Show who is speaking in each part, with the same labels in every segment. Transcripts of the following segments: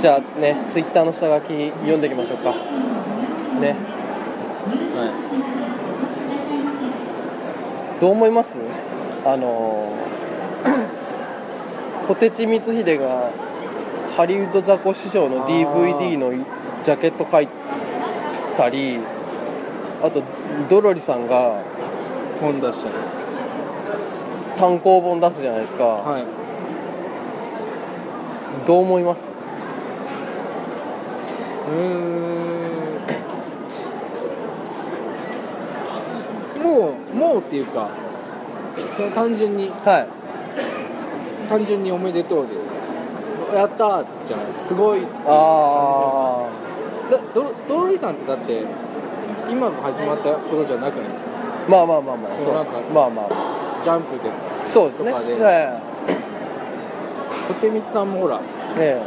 Speaker 1: じゃあねツイッターの下書き読んでいきましょうかねどう思いますあのー 小手地光秀がハリウッドザコ師匠の DVD のジャケット描いたりあとドロリさんが
Speaker 2: 本出したり
Speaker 1: 単行本出すじゃないですか、
Speaker 2: はい
Speaker 1: どう思います
Speaker 2: うーんもうもうっていうかた単純に
Speaker 1: はい
Speaker 2: 単純におめでとうですやったーじゃないすごい
Speaker 1: あ
Speaker 2: だドドロリーさんってだって今が始まったことじゃなくないですか
Speaker 1: あまあまあまあまあ
Speaker 2: そう
Speaker 1: そう
Speaker 2: なんか
Speaker 1: まあまあま
Speaker 2: ジャンプでも
Speaker 1: あそうですね
Speaker 2: とかで
Speaker 1: は
Speaker 2: 小手光さんもほら
Speaker 1: いね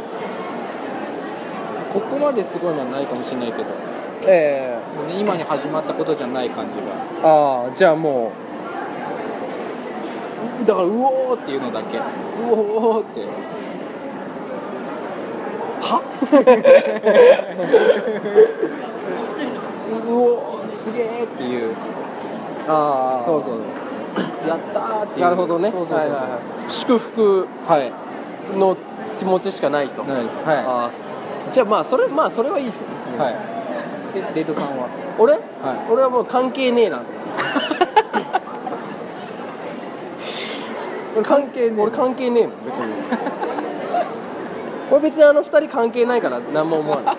Speaker 2: ここまですごいのはないかもしれないけど
Speaker 1: ええ
Speaker 2: もうね今に始まったことじゃない感じが
Speaker 1: えああじゃあも
Speaker 2: だからうおーっていうのだけうおーってうおーすげーっていう
Speaker 1: うああ
Speaker 2: そうそうそうやったーっていう
Speaker 1: なるほどね
Speaker 2: そうそうそうそう
Speaker 1: はいはいは
Speaker 2: 祝福はい
Speaker 1: の気持ちしかないと、
Speaker 2: ないですは
Speaker 1: ああじゃあまあそれまあそれはいいですよね、
Speaker 2: いはいでレイトさんは
Speaker 1: 俺
Speaker 2: は
Speaker 1: 俺はもう関係ねえな 俺関係ねえ俺関係ねえもん別に俺別にあの二人関係ないから何も思わ ない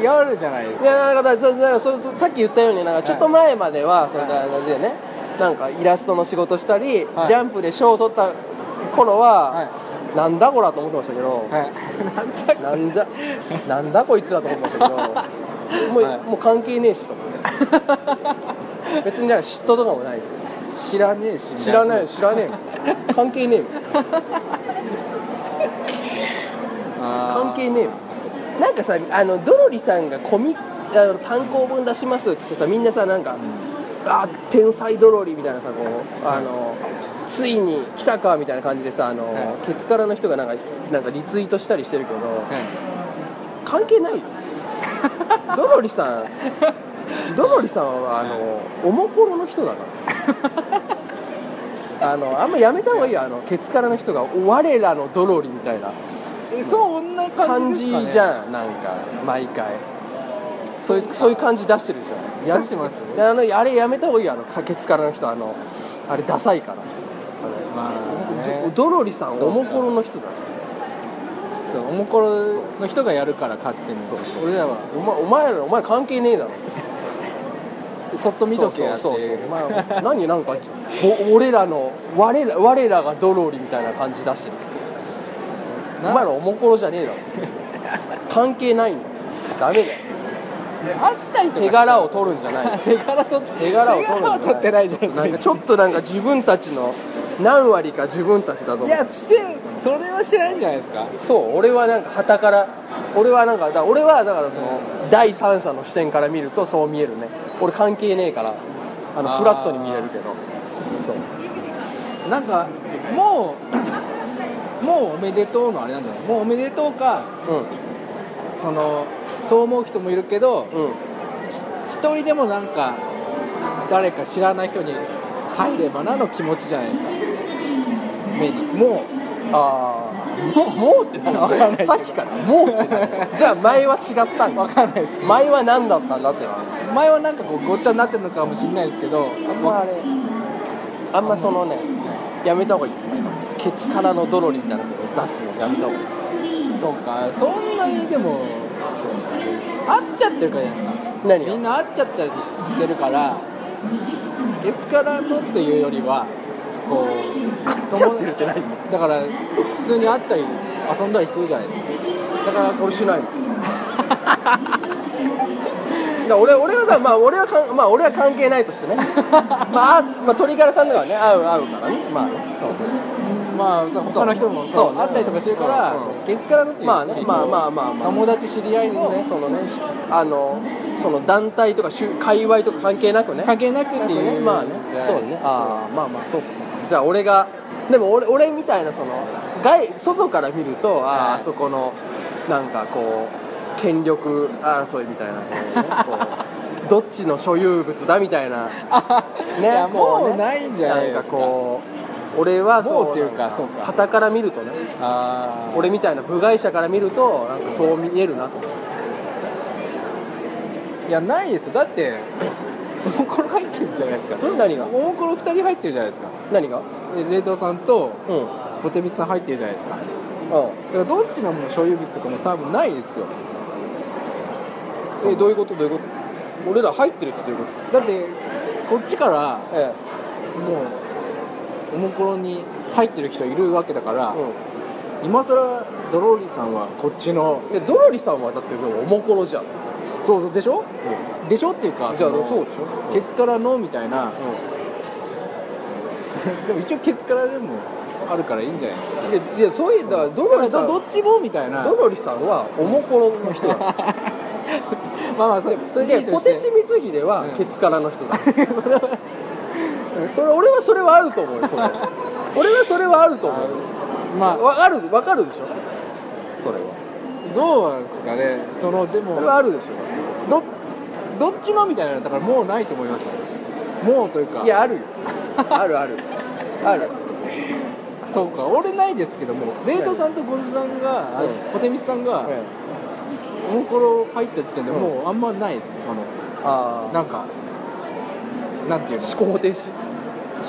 Speaker 2: いやるじゃないです
Speaker 1: いやなんかだからそなんかそれそれさっき言ったようになんかちょっと前までは、それ
Speaker 2: は
Speaker 1: だなんでねなんかイラストの仕事したり、
Speaker 2: はい
Speaker 1: ジャンプで賞を取った頃は、
Speaker 2: はい
Speaker 1: なんだこらと思ってましたけど、
Speaker 2: はい
Speaker 1: なんだなんだこいつらと思ってましたけどもう,、
Speaker 2: はい
Speaker 1: もう関係ねえしと思って別になんか嫉妬とかもないです
Speaker 2: 知らねえし
Speaker 1: 知らない知らねえもん関係ねえもん関
Speaker 2: 関
Speaker 1: 係ねえよなんかさあのドロリさんがコミあの単行本出しますっつってさみんなさなんか「あ天才ドロリ」みたいなさこうあのついに来たかみたいな感じでさあの、
Speaker 2: は
Speaker 1: ケツからの人がなんかなんかリツイートしたりしてるけど
Speaker 2: は、
Speaker 1: 関係ないよドロリさんドロリさんはあのおもころの人だからあのあんまやめた方がいいよあのケツからの人が「我らのドロリ」みたいない
Speaker 2: そんな
Speaker 1: 感
Speaker 2: 感
Speaker 1: じ
Speaker 2: じですかね
Speaker 1: じゃんなんか毎回そういうそういう感じ出してるじゃん
Speaker 2: やるします
Speaker 1: であのあれやめた方がいいよあのかけつからの人あのあれダサいから
Speaker 2: まあ
Speaker 1: ど
Speaker 2: ね
Speaker 1: ドロリさん
Speaker 2: そう
Speaker 1: おもころの人だ
Speaker 2: そうおもころの人がやるから勝手に
Speaker 1: 俺らはお前お前らお前関係ねえだろ
Speaker 2: そっと見とけやって
Speaker 1: そうそう
Speaker 2: い
Speaker 1: そう
Speaker 2: う
Speaker 1: お前は何なんかお俺らの我ら我らがドロリみたいな感じ出してるお
Speaker 2: な
Speaker 1: 前らおもころじゃねえだろ関係ないんだよダメだよ
Speaker 2: あったりとか
Speaker 1: 手柄を取るんじゃないよ
Speaker 2: 手柄取って
Speaker 1: 手柄を取るんじゃ
Speaker 2: 手柄は取ってないじゃない
Speaker 1: なん
Speaker 2: で
Speaker 1: か
Speaker 2: す
Speaker 1: ちょっとなんか自分たちの何割か自分たちだと思
Speaker 2: か
Speaker 1: う
Speaker 2: いやしてそれはしてないんじゃないですか
Speaker 1: そう俺はなんか旗から俺はなんかだから俺はだからその第三者の視点から見るとそう見えるね俺関係ねえからあの
Speaker 2: あー
Speaker 1: フラットに見れるけどそう
Speaker 2: なんかもう もうおめでとうのあれなんじゃないもうおめでとうかそのそう思う人もいるけど
Speaker 1: うんうん
Speaker 2: 一人でもなんか誰か知らない人に入ればなの気持ちじゃないですか目にも
Speaker 1: ああもうもうって
Speaker 2: わかんない
Speaker 1: 何
Speaker 2: けど
Speaker 1: さっきからもうって何じゃあ前は違ったん
Speaker 2: う分
Speaker 1: だ
Speaker 2: かんないです
Speaker 1: 前は何だったんだってなる
Speaker 2: 前はなんかこうごっちゃになってるのかもしれないですけど
Speaker 1: あんまあれあんまそのねやめた方がいいケツからのドロリみたいなの出すのやめた方がいい
Speaker 2: そうかそんなにでもそう会っちゃってるからじゃないですか
Speaker 1: 何が
Speaker 2: みんな会っちゃったりしてるから月からのというよりはこう
Speaker 1: ちゃってるって何
Speaker 2: だから普通に会ったり遊んだりするじゃないですか
Speaker 1: だから俺し ないのだから俺俺はさ、まあ、俺はかんまあ俺は関係ないとしてねまあ、あまあ、鳥からさんとかはね合う合うからねまあねそうそう
Speaker 2: まあそう他の人も
Speaker 1: そう
Speaker 2: そ
Speaker 1: そ
Speaker 2: う
Speaker 1: う
Speaker 2: 会ったりとかしてるから、
Speaker 1: うんうん
Speaker 2: 月からのっていう
Speaker 1: まあねまあまあまあまあ
Speaker 2: 友達知り合いの
Speaker 1: ね
Speaker 2: ね
Speaker 1: そのねあのその団体とか集界隈とか関係なくね
Speaker 2: 関係なくっていう
Speaker 1: まあねそうねあ
Speaker 2: あ
Speaker 1: あまあまあそうかそうかじゃあ俺がでも俺俺みたいなその外外から見るとあーあそこのなんかこう権力争いみたいなこうこ うどっちの所有物だみたいな
Speaker 2: ね、い
Speaker 1: ね
Speaker 2: やもう
Speaker 1: ね
Speaker 2: ないんじゃないですか
Speaker 1: んかこう俺はそ
Speaker 2: もうっていうかそうか
Speaker 1: 旗から見るとね
Speaker 2: あー
Speaker 1: 俺みたいな部外者から見るとなんかそう見えるなと
Speaker 2: いやないですよだっておもころ入ってるじゃないですか
Speaker 1: 何が
Speaker 2: おもころ2人入ってるじゃないですか
Speaker 1: 何が
Speaker 2: で冷凍さんと
Speaker 1: うんうん
Speaker 2: ポテミツさん入ってるじゃないですかだからどっちのもの所有物とかも多分ないですよ
Speaker 1: えどういうことどういうこと俺ら入ってるってどういうこ
Speaker 2: だってこっちから
Speaker 1: とえ
Speaker 2: もうおもころに入ってる人いるわけだから、
Speaker 1: え、うん
Speaker 2: 今更ドローリーさんはこっちの
Speaker 1: でドロリさんはだってもうおもころじゃん、
Speaker 2: そうそうでしょでしょっていうか
Speaker 1: じゃあ
Speaker 2: の
Speaker 1: そうでしょ
Speaker 2: ケツからのみたいな
Speaker 1: う
Speaker 2: でも一応ケツからでもあるからいいんじゃない
Speaker 1: ん、いやいやそういうだからドロリさん
Speaker 2: ど
Speaker 1: ド
Speaker 2: っちもみたいな
Speaker 1: ロリさんはおもころの人だ
Speaker 2: まあまあそれそれでい
Speaker 1: で
Speaker 2: いと
Speaker 1: ポ
Speaker 2: して
Speaker 1: テチ光秀は
Speaker 2: うん
Speaker 1: ケツからの人だそれはそれ俺はそれはあると思うよそれ俺はそれはあると思うよ
Speaker 2: あ
Speaker 1: わ
Speaker 2: ま
Speaker 1: かるわかるでしょそれは
Speaker 2: あどうなんですかねそのでも
Speaker 1: それはあるでし
Speaker 2: どどっちのみたいなのだからもうないと思いますよもうというか
Speaker 1: ょいやあるよあるあるある
Speaker 2: そうか俺ないですけども冷凍さんとゴンズさんが、
Speaker 1: うん
Speaker 2: ポテミスさんが、
Speaker 1: うん
Speaker 2: オンコロ入った時点でもうあんまないですその
Speaker 1: ああ
Speaker 2: なんかなんていうの
Speaker 1: 思考停止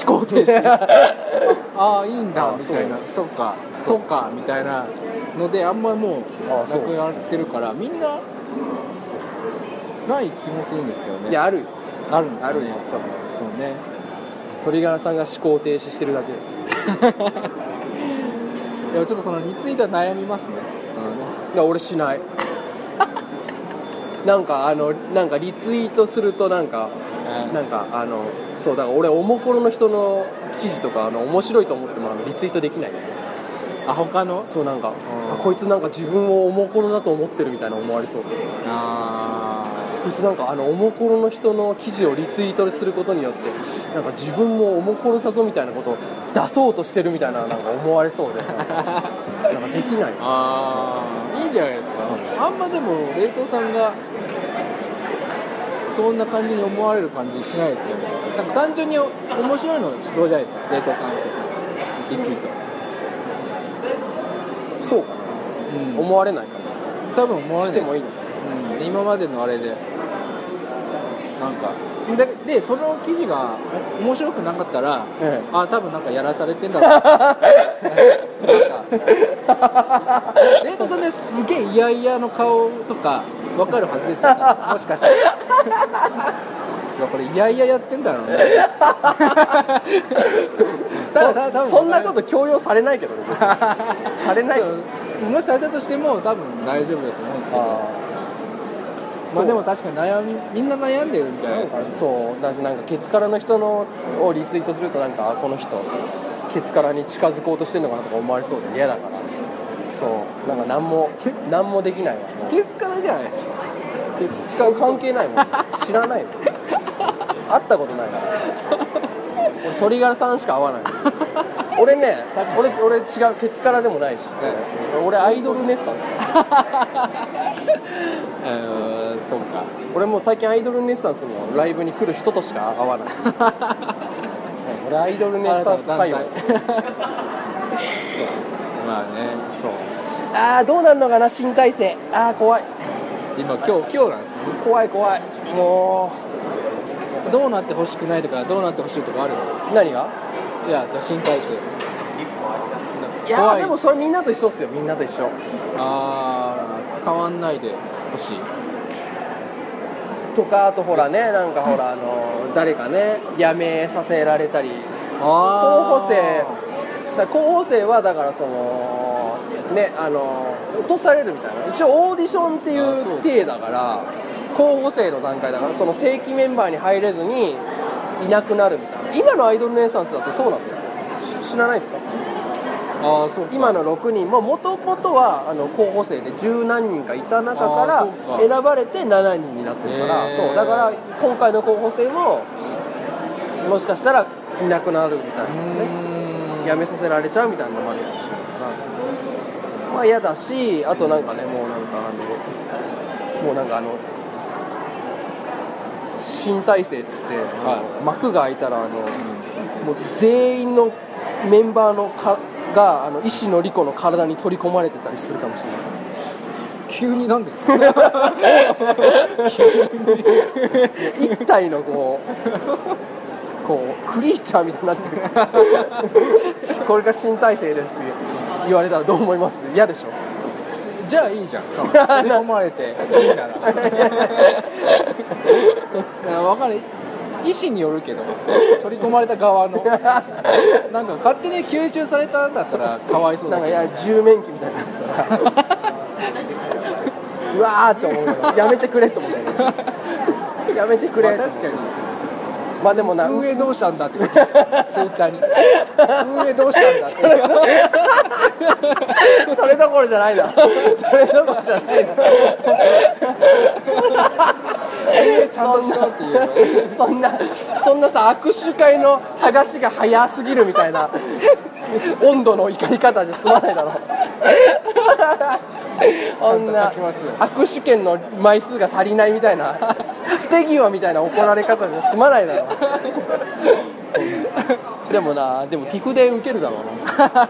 Speaker 2: 思考停止 ああいいんだ
Speaker 1: あ
Speaker 2: みたいなそっか
Speaker 1: そ
Speaker 2: そうっかみたいなのであんまもう
Speaker 1: あ
Speaker 2: な
Speaker 1: あそう
Speaker 2: くなってるからみんなない気もするんですけどね
Speaker 1: いやあるよ
Speaker 2: あるんです
Speaker 1: あ
Speaker 2: よ
Speaker 1: る
Speaker 2: ね
Speaker 1: よそう
Speaker 2: そうね
Speaker 1: 鳥柄さんが思考停止してるだけです
Speaker 2: でもちょっとそのについては悩みますねそのね
Speaker 1: いや俺しない なんかあのなんかリツイートするとなんかなんかあのそうだから俺おもころの人の記事とかあの面白いと思ってもあのリツイートできない
Speaker 2: あ他の
Speaker 1: そうなんか
Speaker 2: ん
Speaker 1: あこいつなんか自分をおもころだと思ってるみたいな思われそうこ
Speaker 2: あ
Speaker 1: いつなんかあのおもころの人の記事をリツイートすることによってなんか自分もおもころだぞみたいなことを出そうとしてるみたいななんか思われそう でなん
Speaker 2: ー
Speaker 1: かできない
Speaker 2: ああいいんじゃないです
Speaker 1: そう
Speaker 2: かあんまでも冷凍さんがそんな感じに思われる感じしないですけどねなんか単純に面白いのしそうじゃないですか冷凍さんってリツイート、
Speaker 1: そうかな
Speaker 2: 思
Speaker 1: 思われないか
Speaker 2: 多分思わ
Speaker 1: な
Speaker 2: れ
Speaker 1: し
Speaker 2: な
Speaker 1: て
Speaker 2: いです
Speaker 1: もいい の
Speaker 2: うん今までのあれでなんかででその記事がお面白くなかったら
Speaker 1: え
Speaker 2: あ多分なんかやらされてんだろうなんかレイトさんねすげえ嫌々の顔とかわかるはずですよ、ね、もしかしていやこれ嫌々やってんだろうねただ多
Speaker 1: そ
Speaker 2: 分
Speaker 1: そんなこと強要されないけどね別にされない
Speaker 2: そうもしされたとしても多分大丈夫だと思うんですけどまあでも確かに悩みみんな悩んでるんじゃないですか
Speaker 1: そうだってなんかケツからの人のをリツイートするとなんかあこの人ケツからに近づこうとしてるのかなとか思われそうで嫌だからそうなんか何も何もできないわ
Speaker 2: ケツからじゃないですか
Speaker 1: 近づ関係ないもん知らないもん会ったことないから俺鳥柄さんしか会わない俺ね俺俺違うケツからでもないし、俺アイドルネッサンス
Speaker 2: うんそうか
Speaker 1: 俺もう最近アイドルネッサンスのライブに来る人としか会わないうん俺アイドルネッサンス界隈
Speaker 2: 新たな団体そうまあね
Speaker 1: そうああどうなるのかな新体制ああ怖い
Speaker 2: 今今日今日なんです
Speaker 1: 怖い怖いも
Speaker 2: どうなってほしくないとかどうなってほしいとかあるんですか
Speaker 1: う何が
Speaker 2: いや新体制
Speaker 1: いやーでもそれみんなと一緒っすよみんなと一緒
Speaker 2: ああ変わんないでほしい
Speaker 1: とかあとほらねなんかほらあのー誰かね辞めさせられたり候補生だから候補生はだからそのねあの落とされるみたいな一応オーディションってい
Speaker 2: あそうう
Speaker 1: 体だから候補生の段階だからその正規メンバーに入れずにいなくなるみたいな今のアイドルネッサンスだってそうなんだよ知らないですか
Speaker 2: ああそうか
Speaker 1: 今の6人ももともとはあの候補生で十何人かいた中か
Speaker 2: あ
Speaker 1: ら
Speaker 2: ーそう
Speaker 1: 選
Speaker 2: か
Speaker 1: ばれて7人になってるから
Speaker 2: へー
Speaker 1: そうだから今回の候補生ももしかしたらいなくなるみた
Speaker 2: う
Speaker 1: いなね
Speaker 2: ーんうん
Speaker 1: やめさせられちゃうみたいなのもあるやろうし、まあ嫌だしあとなんかねもうなんかあのもうなんかあの新体制っつって、
Speaker 2: は
Speaker 1: 幕が開いたらあの、もう全員のメンバーのかがあの石野莉子の体に取り込まれてたりするかもしれない
Speaker 2: 急になんですか 急に
Speaker 1: 一体のこうこうクリーチャーみたいになってるこれが新体制ですって言われたらどう思います嫌でしょ
Speaker 2: じゃあいいじゃんその飛び込まれていいな ら分かる意思によるけど取り込まれた側 のなんか勝手に吸収されたんだったらかわいそう
Speaker 1: な
Speaker 2: だ
Speaker 1: んか
Speaker 2: け
Speaker 1: い
Speaker 2: ど
Speaker 1: や十面機みたいなやつだなうわーって思うよやめてくれと思ったよやめてくれ
Speaker 2: まあ確かに
Speaker 1: まあでもな
Speaker 2: 運営どうしたんだって書いてますツイッターに運営どうしたんだって
Speaker 1: それどころじゃないなそれどころじゃないな
Speaker 2: 運営ちゃんとしろっていう
Speaker 1: そんなそんなさ握手会の剥がしが早すぎるみたいな温度の怒り方じゃ済まないだろそんな
Speaker 2: ちゃんと書きますよ
Speaker 1: 握手券の枚数が足りないみたいな捨て際みたいな怒られ方じゃ済まないだろでもなでも TIFF で受けるだろうなどうな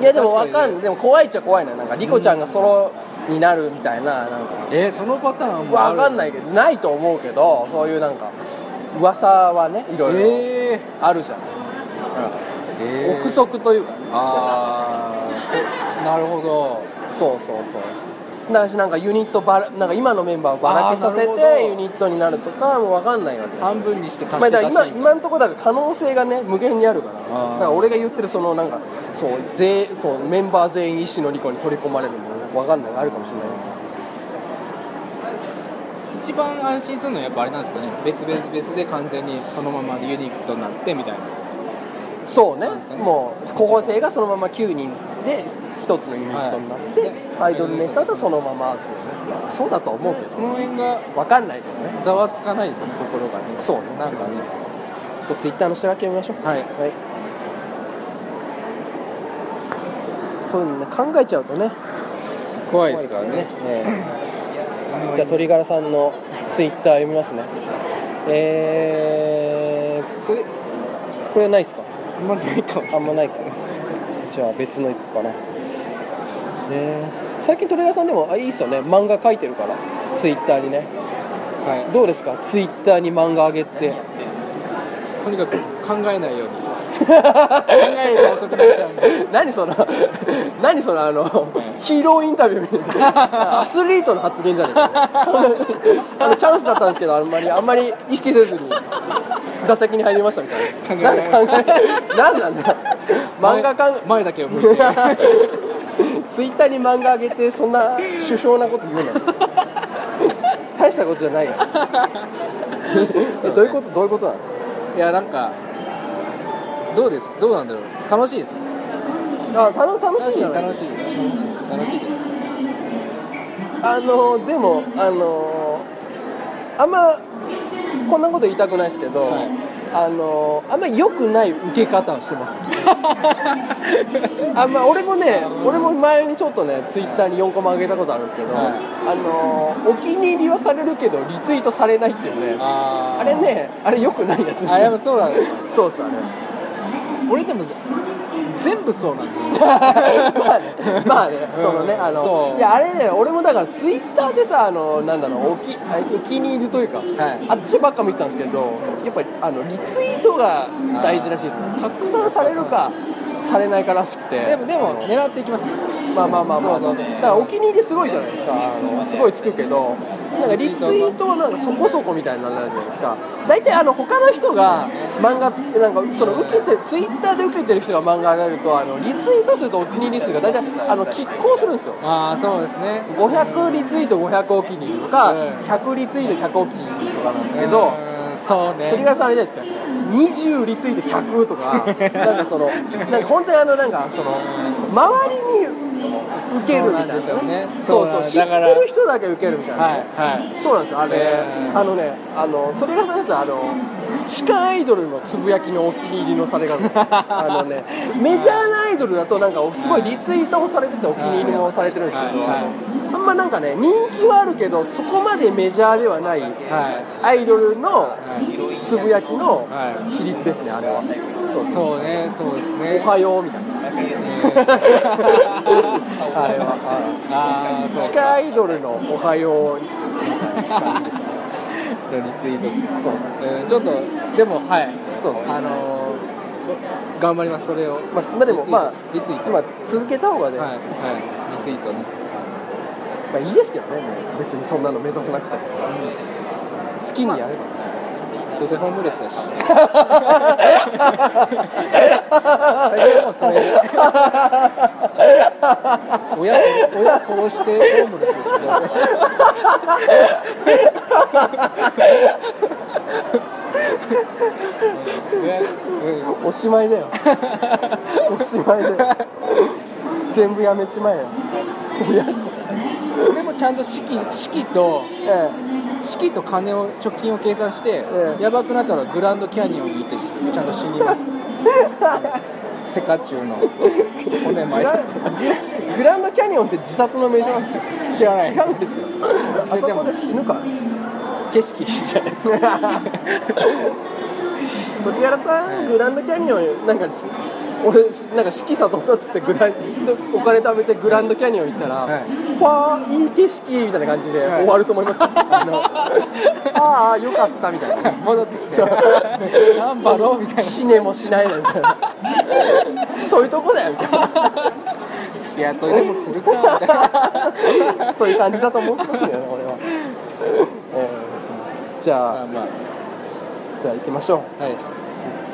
Speaker 1: いやでも分か
Speaker 2: 確かに
Speaker 1: んでも怖いっちゃ怖いななんか莉子ちゃんがソロになるみたいななんか
Speaker 2: えーそのパターンもあ
Speaker 1: わ
Speaker 2: る
Speaker 1: かんないけどないと思うけどそういうなんか噂はねいろいろ
Speaker 2: えー
Speaker 1: あるじゃん、
Speaker 2: えー
Speaker 1: 憶測というか
Speaker 2: ああ なるほど
Speaker 1: そうそうそうだしなんかユニットばらなんか今のメンバーをばらけさ
Speaker 2: あ
Speaker 1: せ
Speaker 2: ーなるほ
Speaker 1: て
Speaker 2: ど
Speaker 1: ユニットになるとかもうわかんないわけ
Speaker 2: 半分にして足
Speaker 1: まあ、
Speaker 2: して
Speaker 1: だから
Speaker 2: 足
Speaker 1: 今
Speaker 2: して
Speaker 1: 今のところだから可能性がね無限にあるからだ
Speaker 2: ー
Speaker 1: から俺が言ってるそのなんかそう全そうメンバー全員石野莉子に取り込まれるのもわかんないあるかもしれない
Speaker 2: 一番安心するのはやっぱあれなんですかね別々別で完全にそのままユニットになってみたいな
Speaker 1: そうね
Speaker 2: なんですかね
Speaker 1: もう高校生がそのまま9人で1つのユニットになって、
Speaker 2: はい
Speaker 1: アイドルネスターとそのままっていうねそうだと思うけど
Speaker 2: その辺が
Speaker 1: 分かんないけどね
Speaker 2: ざわつかないですよね心がね
Speaker 1: そうね
Speaker 2: なんかね
Speaker 1: ちょっとツイッターの下書き読みましょう
Speaker 2: はい
Speaker 1: はいそういうのね考えちゃうとね
Speaker 2: 怖いですからね
Speaker 1: ええじゃあ鳥柄さんのツイッター読みますねえ
Speaker 2: それ
Speaker 1: ー、これないですか
Speaker 2: あんまりないかもし
Speaker 1: あ
Speaker 2: れ
Speaker 1: んまないですねじゃあ別の行くかなえー最近トレーダーさんでもあいいっすよね漫画描いてるからツイッターにね
Speaker 2: ない、は
Speaker 1: どうですかツイッターに漫画あげて
Speaker 2: い、とにかく考えないように考えると遅くなっちゃうんで
Speaker 1: 何その何そのあのヒーローインタビューみたいなアスリートの発言じゃないですかあのチャンスだったんですけどあんまりあんまり意識せずに打席に入りましたみたいな
Speaker 2: 考え
Speaker 1: なんか考え何なんだ漫画かん
Speaker 2: 前前だけを向いて
Speaker 1: ツイッターに漫画あげてそんな首相なこと言うの大したことじゃないよえどういうことどういうことなの
Speaker 2: いやなんかどうですどうなんだろう楽しいです
Speaker 1: あたの楽しいな
Speaker 2: 楽しい楽しいです
Speaker 1: あのでもあのあんまこんなこと言いたくないですけど、
Speaker 2: はい
Speaker 1: あのあんま良くない受け方をして ますあんま俺もね俺も前にちょっとねツイッターに4コマ上げたことあるんですけど、
Speaker 2: はい
Speaker 1: あのお気に入りはされるけどリツイートされないっていうね
Speaker 2: あー
Speaker 1: あれねあれ良くないやつですね
Speaker 2: あやっぱそうなんです
Speaker 1: そうっすあれ
Speaker 2: 俺でも全部そうなんですよ
Speaker 1: まあね、まあね、そのね、
Speaker 2: うん
Speaker 1: あの
Speaker 2: そ、う
Speaker 1: いや、あれね、俺もだから、ツイッターでさ、あの、なんだろう、おき、あお気に入りというか、
Speaker 2: はい
Speaker 1: あっちばっか見てたんですけど。やっぱり、あの、リツイートが大事らしいですね。拡散されるか、されないからしくて。
Speaker 2: でもでも
Speaker 1: あの
Speaker 2: 狙っていきます
Speaker 1: まあまあまあまあ、
Speaker 2: そうそう
Speaker 1: だから、お気に入りすごいじゃないですか、あの、すごいつくけど。なんかリツイートはなんかそこそこみたいになるじゃないですか大体あの他の人が漫画なんかその受けてツイッターで受けてる人が漫画上げるとあのリツイート数とお気に入り数が大体あの拮抗するんですよ
Speaker 2: ああそうですね
Speaker 1: 500リツイート500お気に入りとか
Speaker 2: うん
Speaker 1: 100リツイート100お気に入りとかなんですけど
Speaker 2: そう
Speaker 1: 鳥
Speaker 2: ね
Speaker 1: 川さんあれじゃないですか20リツイート100とかなんかそのなんか本当にあのなんかその周りに受けるみたいな
Speaker 2: そうなんですよね
Speaker 1: そう
Speaker 2: そう
Speaker 1: そう
Speaker 2: なん
Speaker 1: 知ってる人だけ受けるみたいな、
Speaker 2: はいはい
Speaker 1: そうなんですよあれ、
Speaker 2: えー
Speaker 1: あのねあのそれがされたあの地下アイドルのつぶやきのお気に入りの されがあるあのねメジャーなアイドルだとなんかすごいリツイートもされててお気に入りもされてるんですけど、
Speaker 2: はい
Speaker 1: あんまなんかね人気はあるけどそこまでメジャーではない
Speaker 2: は
Speaker 1: アイドルの
Speaker 2: は
Speaker 1: つぶやきの
Speaker 2: はい
Speaker 1: 比率ですねあれはそう
Speaker 2: い
Speaker 1: そう
Speaker 2: そうねそうです ね
Speaker 1: おはようみたいなあれは
Speaker 2: ああ
Speaker 1: 地下アイドルのおはようみた いな感じでした
Speaker 2: リツイートする
Speaker 1: そう
Speaker 2: えーちょっとでもはい
Speaker 1: そうです
Speaker 2: あのー頑張りますそれを
Speaker 1: まあ、まあでもまあ
Speaker 2: リツイート
Speaker 1: 今続けた方がね、
Speaker 2: はいはいリツイートね
Speaker 1: まあいいですけどねもう別にそんなの目指さなくても好きにやれば、
Speaker 2: どうせホームレスだし最近もうそれ親親殺してホームレス でしょどうせうんねうん
Speaker 1: おしまいだよおしまいだ よ全部やめちまえよ親子
Speaker 2: 俺もちゃんと式式と
Speaker 1: え
Speaker 2: 式と金を貯金を計算して、
Speaker 1: ええ
Speaker 2: やばくなったらグランドキャニオンに行ってちゃんと死にます セカチュウの骨
Speaker 1: えグ
Speaker 2: 巻い
Speaker 1: ラ
Speaker 2: て
Speaker 1: ングランドキャニオンって自殺の名所なんですよ
Speaker 2: 知らない
Speaker 1: 違うんですよあそこで死ぬから
Speaker 2: 景色いいじゃないですか
Speaker 1: 鳥柄さんグランドキャニオンなんか俺なんか四季里とっつってグランお金貯めてグランドキャニオン行ったら、
Speaker 2: はい
Speaker 1: わあいい景色みたいな感じで
Speaker 2: はい
Speaker 1: 終わると思います、あのああよかったみたいな
Speaker 2: 戻ってきて
Speaker 1: そう
Speaker 2: 頑張ろうみたい
Speaker 1: 死ねもしないなんてそういうとこだよみたい
Speaker 2: ないやどうでもするかみたいな
Speaker 1: なそういう感じだと思ってますよね俺は、えーじゃ
Speaker 2: ま
Speaker 1: あ
Speaker 2: あま
Speaker 1: じゃあ行きましょう
Speaker 2: あはい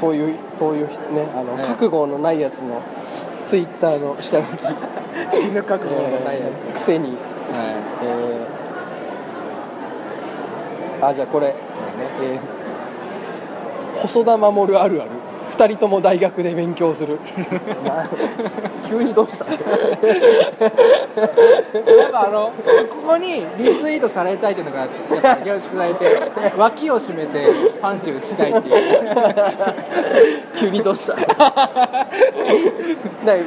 Speaker 1: そういうそういうねあの、
Speaker 2: ね
Speaker 1: 覚悟のないやつのツイッターの下書き死ぬ覚悟のないやつ、
Speaker 2: えー
Speaker 1: くせに、
Speaker 2: は
Speaker 1: えーあじゃあこれ、えー細田守あるある二人とも大学で勉強するな 急にどうした
Speaker 2: いなんかあのここにリツイートされたいっていうのがやっぱ凝縮されて脇を締めてパンチを打ちたいっていう
Speaker 1: 急にどうしただから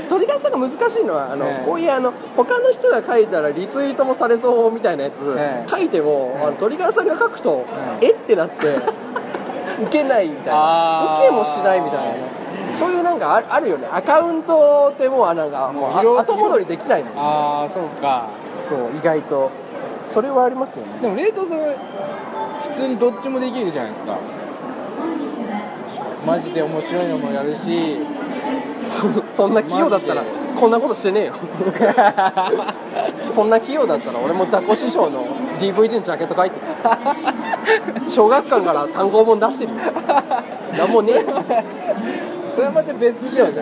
Speaker 1: 取り方が難しいのはあの、
Speaker 2: ええ
Speaker 1: こういうあの他の人が書いたらリツイートもされそうみたいなやつ、
Speaker 2: ええ
Speaker 1: 書いても、
Speaker 2: ええ
Speaker 1: あの鳥川さんが書くと、
Speaker 2: え
Speaker 1: えってなって 受けないみたいな
Speaker 2: あー
Speaker 1: 受けもしないみたいなねそういうなんかああるよねアカウントってもうなんかもう
Speaker 2: もう色
Speaker 1: あ後戻りできないの
Speaker 2: ああそうか
Speaker 1: そう意外とそれはありますよね
Speaker 2: でも冷凍それ普通にどっちもできるじゃないですかマジで面白いのもやるし
Speaker 1: そそんな器用だったら
Speaker 2: マジ
Speaker 1: こんなことして ねえよそんな器用だったら俺もザコ師匠の DVD のジャケット書いてる 小学館から単行本出してるよなんもねえよ
Speaker 2: それはまた別じゃない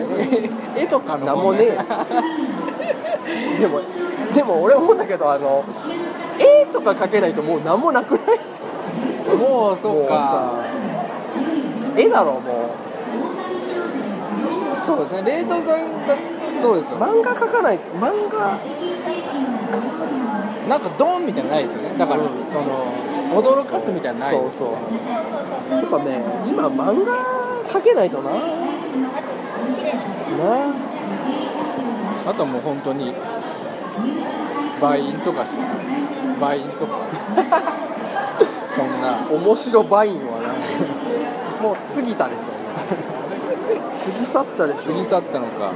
Speaker 2: 絵とかの
Speaker 1: なんもねえよでもでも俺思うんだけどあの絵とか書けないともう何もなくない
Speaker 2: もうそうか
Speaker 1: 絵だろも
Speaker 2: そうですね冷凍さんだそうです
Speaker 1: う
Speaker 2: よ
Speaker 1: 漫画描かないと漫画
Speaker 2: なんかドンみたいなのないですよねだから、
Speaker 1: うん
Speaker 2: その驚かすみたいなのない
Speaker 1: そ
Speaker 2: で
Speaker 1: う
Speaker 2: す
Speaker 1: そうやっぱね今漫画描けないとなな
Speaker 2: あとはもう本当にバインとかしかないバイン とかそんな
Speaker 1: 面白バインはなもう過ぎたでしょ過ぎ去ったでし
Speaker 2: 過
Speaker 1: ょ、
Speaker 2: ぎ去ったのか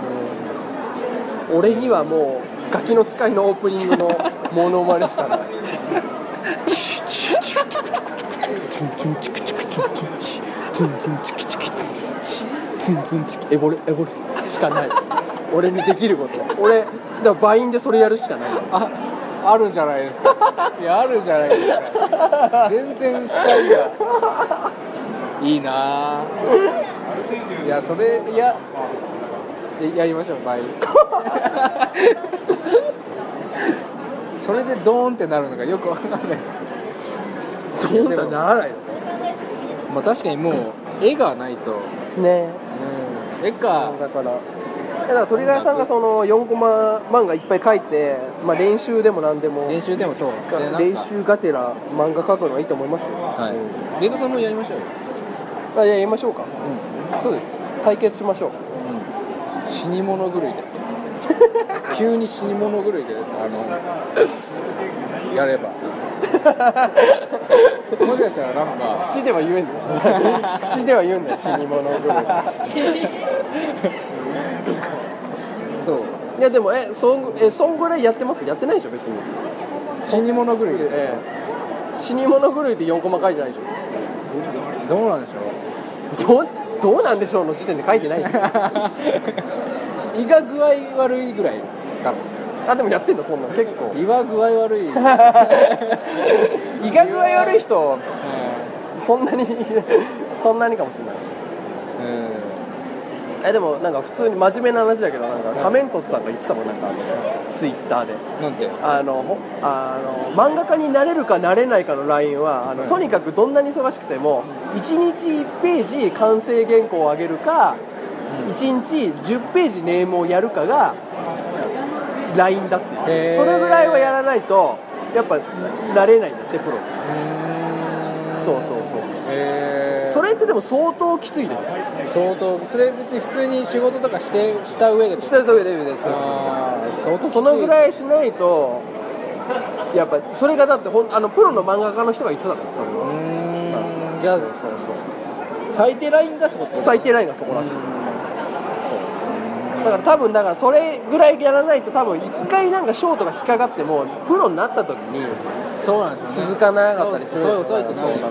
Speaker 1: うん俺にはもうガキの使いのオープニングのモノマネしかないエボレエボレしかない俺にできること俺だからバインでそれやるしかない
Speaker 2: ああるじゃないです かいやあるじゃないですか全然光がいいなあいやそれいやややりましょう 倍それでドーンってなるのがよくわかんない
Speaker 1: どうにかならないの
Speaker 2: まあ確かにもう絵がないと、
Speaker 1: ね
Speaker 2: 絵か
Speaker 1: だからだから鳥谷さんがその4コマ漫画いっぱい書いて、まあ、練習でも何でも
Speaker 2: 練習でもそうでなんか
Speaker 1: 練習がてら漫画描くのはいいと思いますよ、
Speaker 2: はいレイドさんもやりましょうよ、
Speaker 1: あいややりましょうか
Speaker 2: うん、そうですよ、
Speaker 1: 対決しましょう
Speaker 2: うん、死に 物狂いで急に死に物狂いでですあのやればもしかしたらなんか
Speaker 1: 口では言えんだ口では言うんだよ死に物狂
Speaker 2: そう
Speaker 1: いいやでもえそんえそんぐらいやってますやってないでしょ別に、
Speaker 2: 死に物狂いで、
Speaker 1: ええ、死に物狂いで4コマ書いてないでし
Speaker 2: どうなんでしょう
Speaker 1: ょどどうなんでしょうの時点で書いてないですよ
Speaker 2: 胃が具合悪いぐらいです多分
Speaker 1: あでもやってんだそんなの結構
Speaker 2: 胃は具合悪 い、
Speaker 1: 胃が具合悪い 人そんなに そんなにかもしれないえでもなんか普通に真面目な話だけどなんか仮面凸さんが言ってたもんなんかツイッターで
Speaker 2: なんて
Speaker 1: あのほあの漫画家になれるかなれないかの LINE はあの、
Speaker 2: うん
Speaker 1: とにかくどんなに忙しくても1日1ページ完成原稿を上げるか1日10ページネームをやるかが LINE だって
Speaker 2: へ
Speaker 1: いう
Speaker 2: ー
Speaker 1: それぐらいはやらないとやっぱなれないんだってプロにそうそうそう
Speaker 2: へー
Speaker 1: それってでも相当きついでしょ
Speaker 2: 相当それ別に普通に仕事とかしてした上でってこと
Speaker 1: 下上で上でそう
Speaker 2: あー相当きつい
Speaker 1: そのぐら
Speaker 2: い
Speaker 1: いしないとやっぱそれがだってほんあのプロの漫画家の人が言ってたからそれ
Speaker 2: う
Speaker 1: は
Speaker 2: ーんじゃあそうそう最低ラインがそこってこと
Speaker 1: 最低ラインがそこらしいだから多分だからそれぐらいやらないと多分一回なんかショートが引っかかってもプロになった時に
Speaker 2: そうなんですよね
Speaker 1: 続かなかったりする
Speaker 2: そうそ
Speaker 1: そ
Speaker 2: うそう
Speaker 1: うだ
Speaker 2: そうそう
Speaker 1: か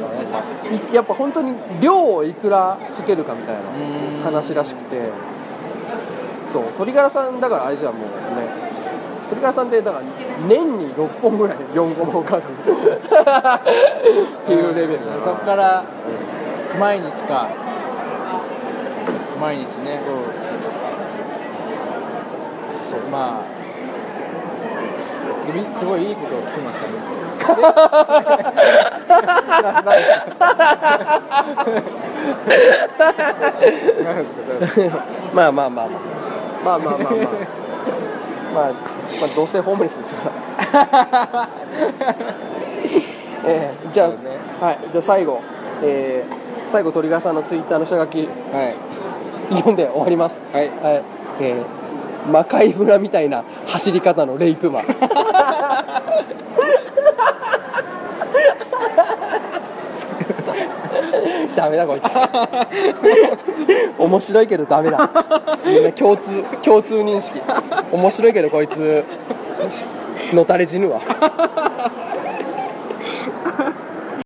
Speaker 1: らいやっぱ本当に量をいくらかけるかみたいな
Speaker 2: うん
Speaker 1: 話らしくてそう鳥柄さんだからあれじゃんもうね鳥柄さんってだから年に6本ぐらい4個も書くっていうレベルだ
Speaker 2: そこから毎日か毎日ねそうまあみすごいいいことを聞きましたねでなんですか
Speaker 1: まあまあまあまあまあまあまあまあまあ、まあ、どうせホームレスですから ええじゃあ、
Speaker 2: そうね
Speaker 1: はいじゃあ最後えー最後鳥川さんのツイッターの下書き
Speaker 2: はい
Speaker 1: 読んで終わります
Speaker 2: はい
Speaker 1: はいえー魔界村みたいな走り方のレイプマン ダメだこいつ面白いけどダメだみんな共通共通認識面白いけどこいつのたれ死ぬわ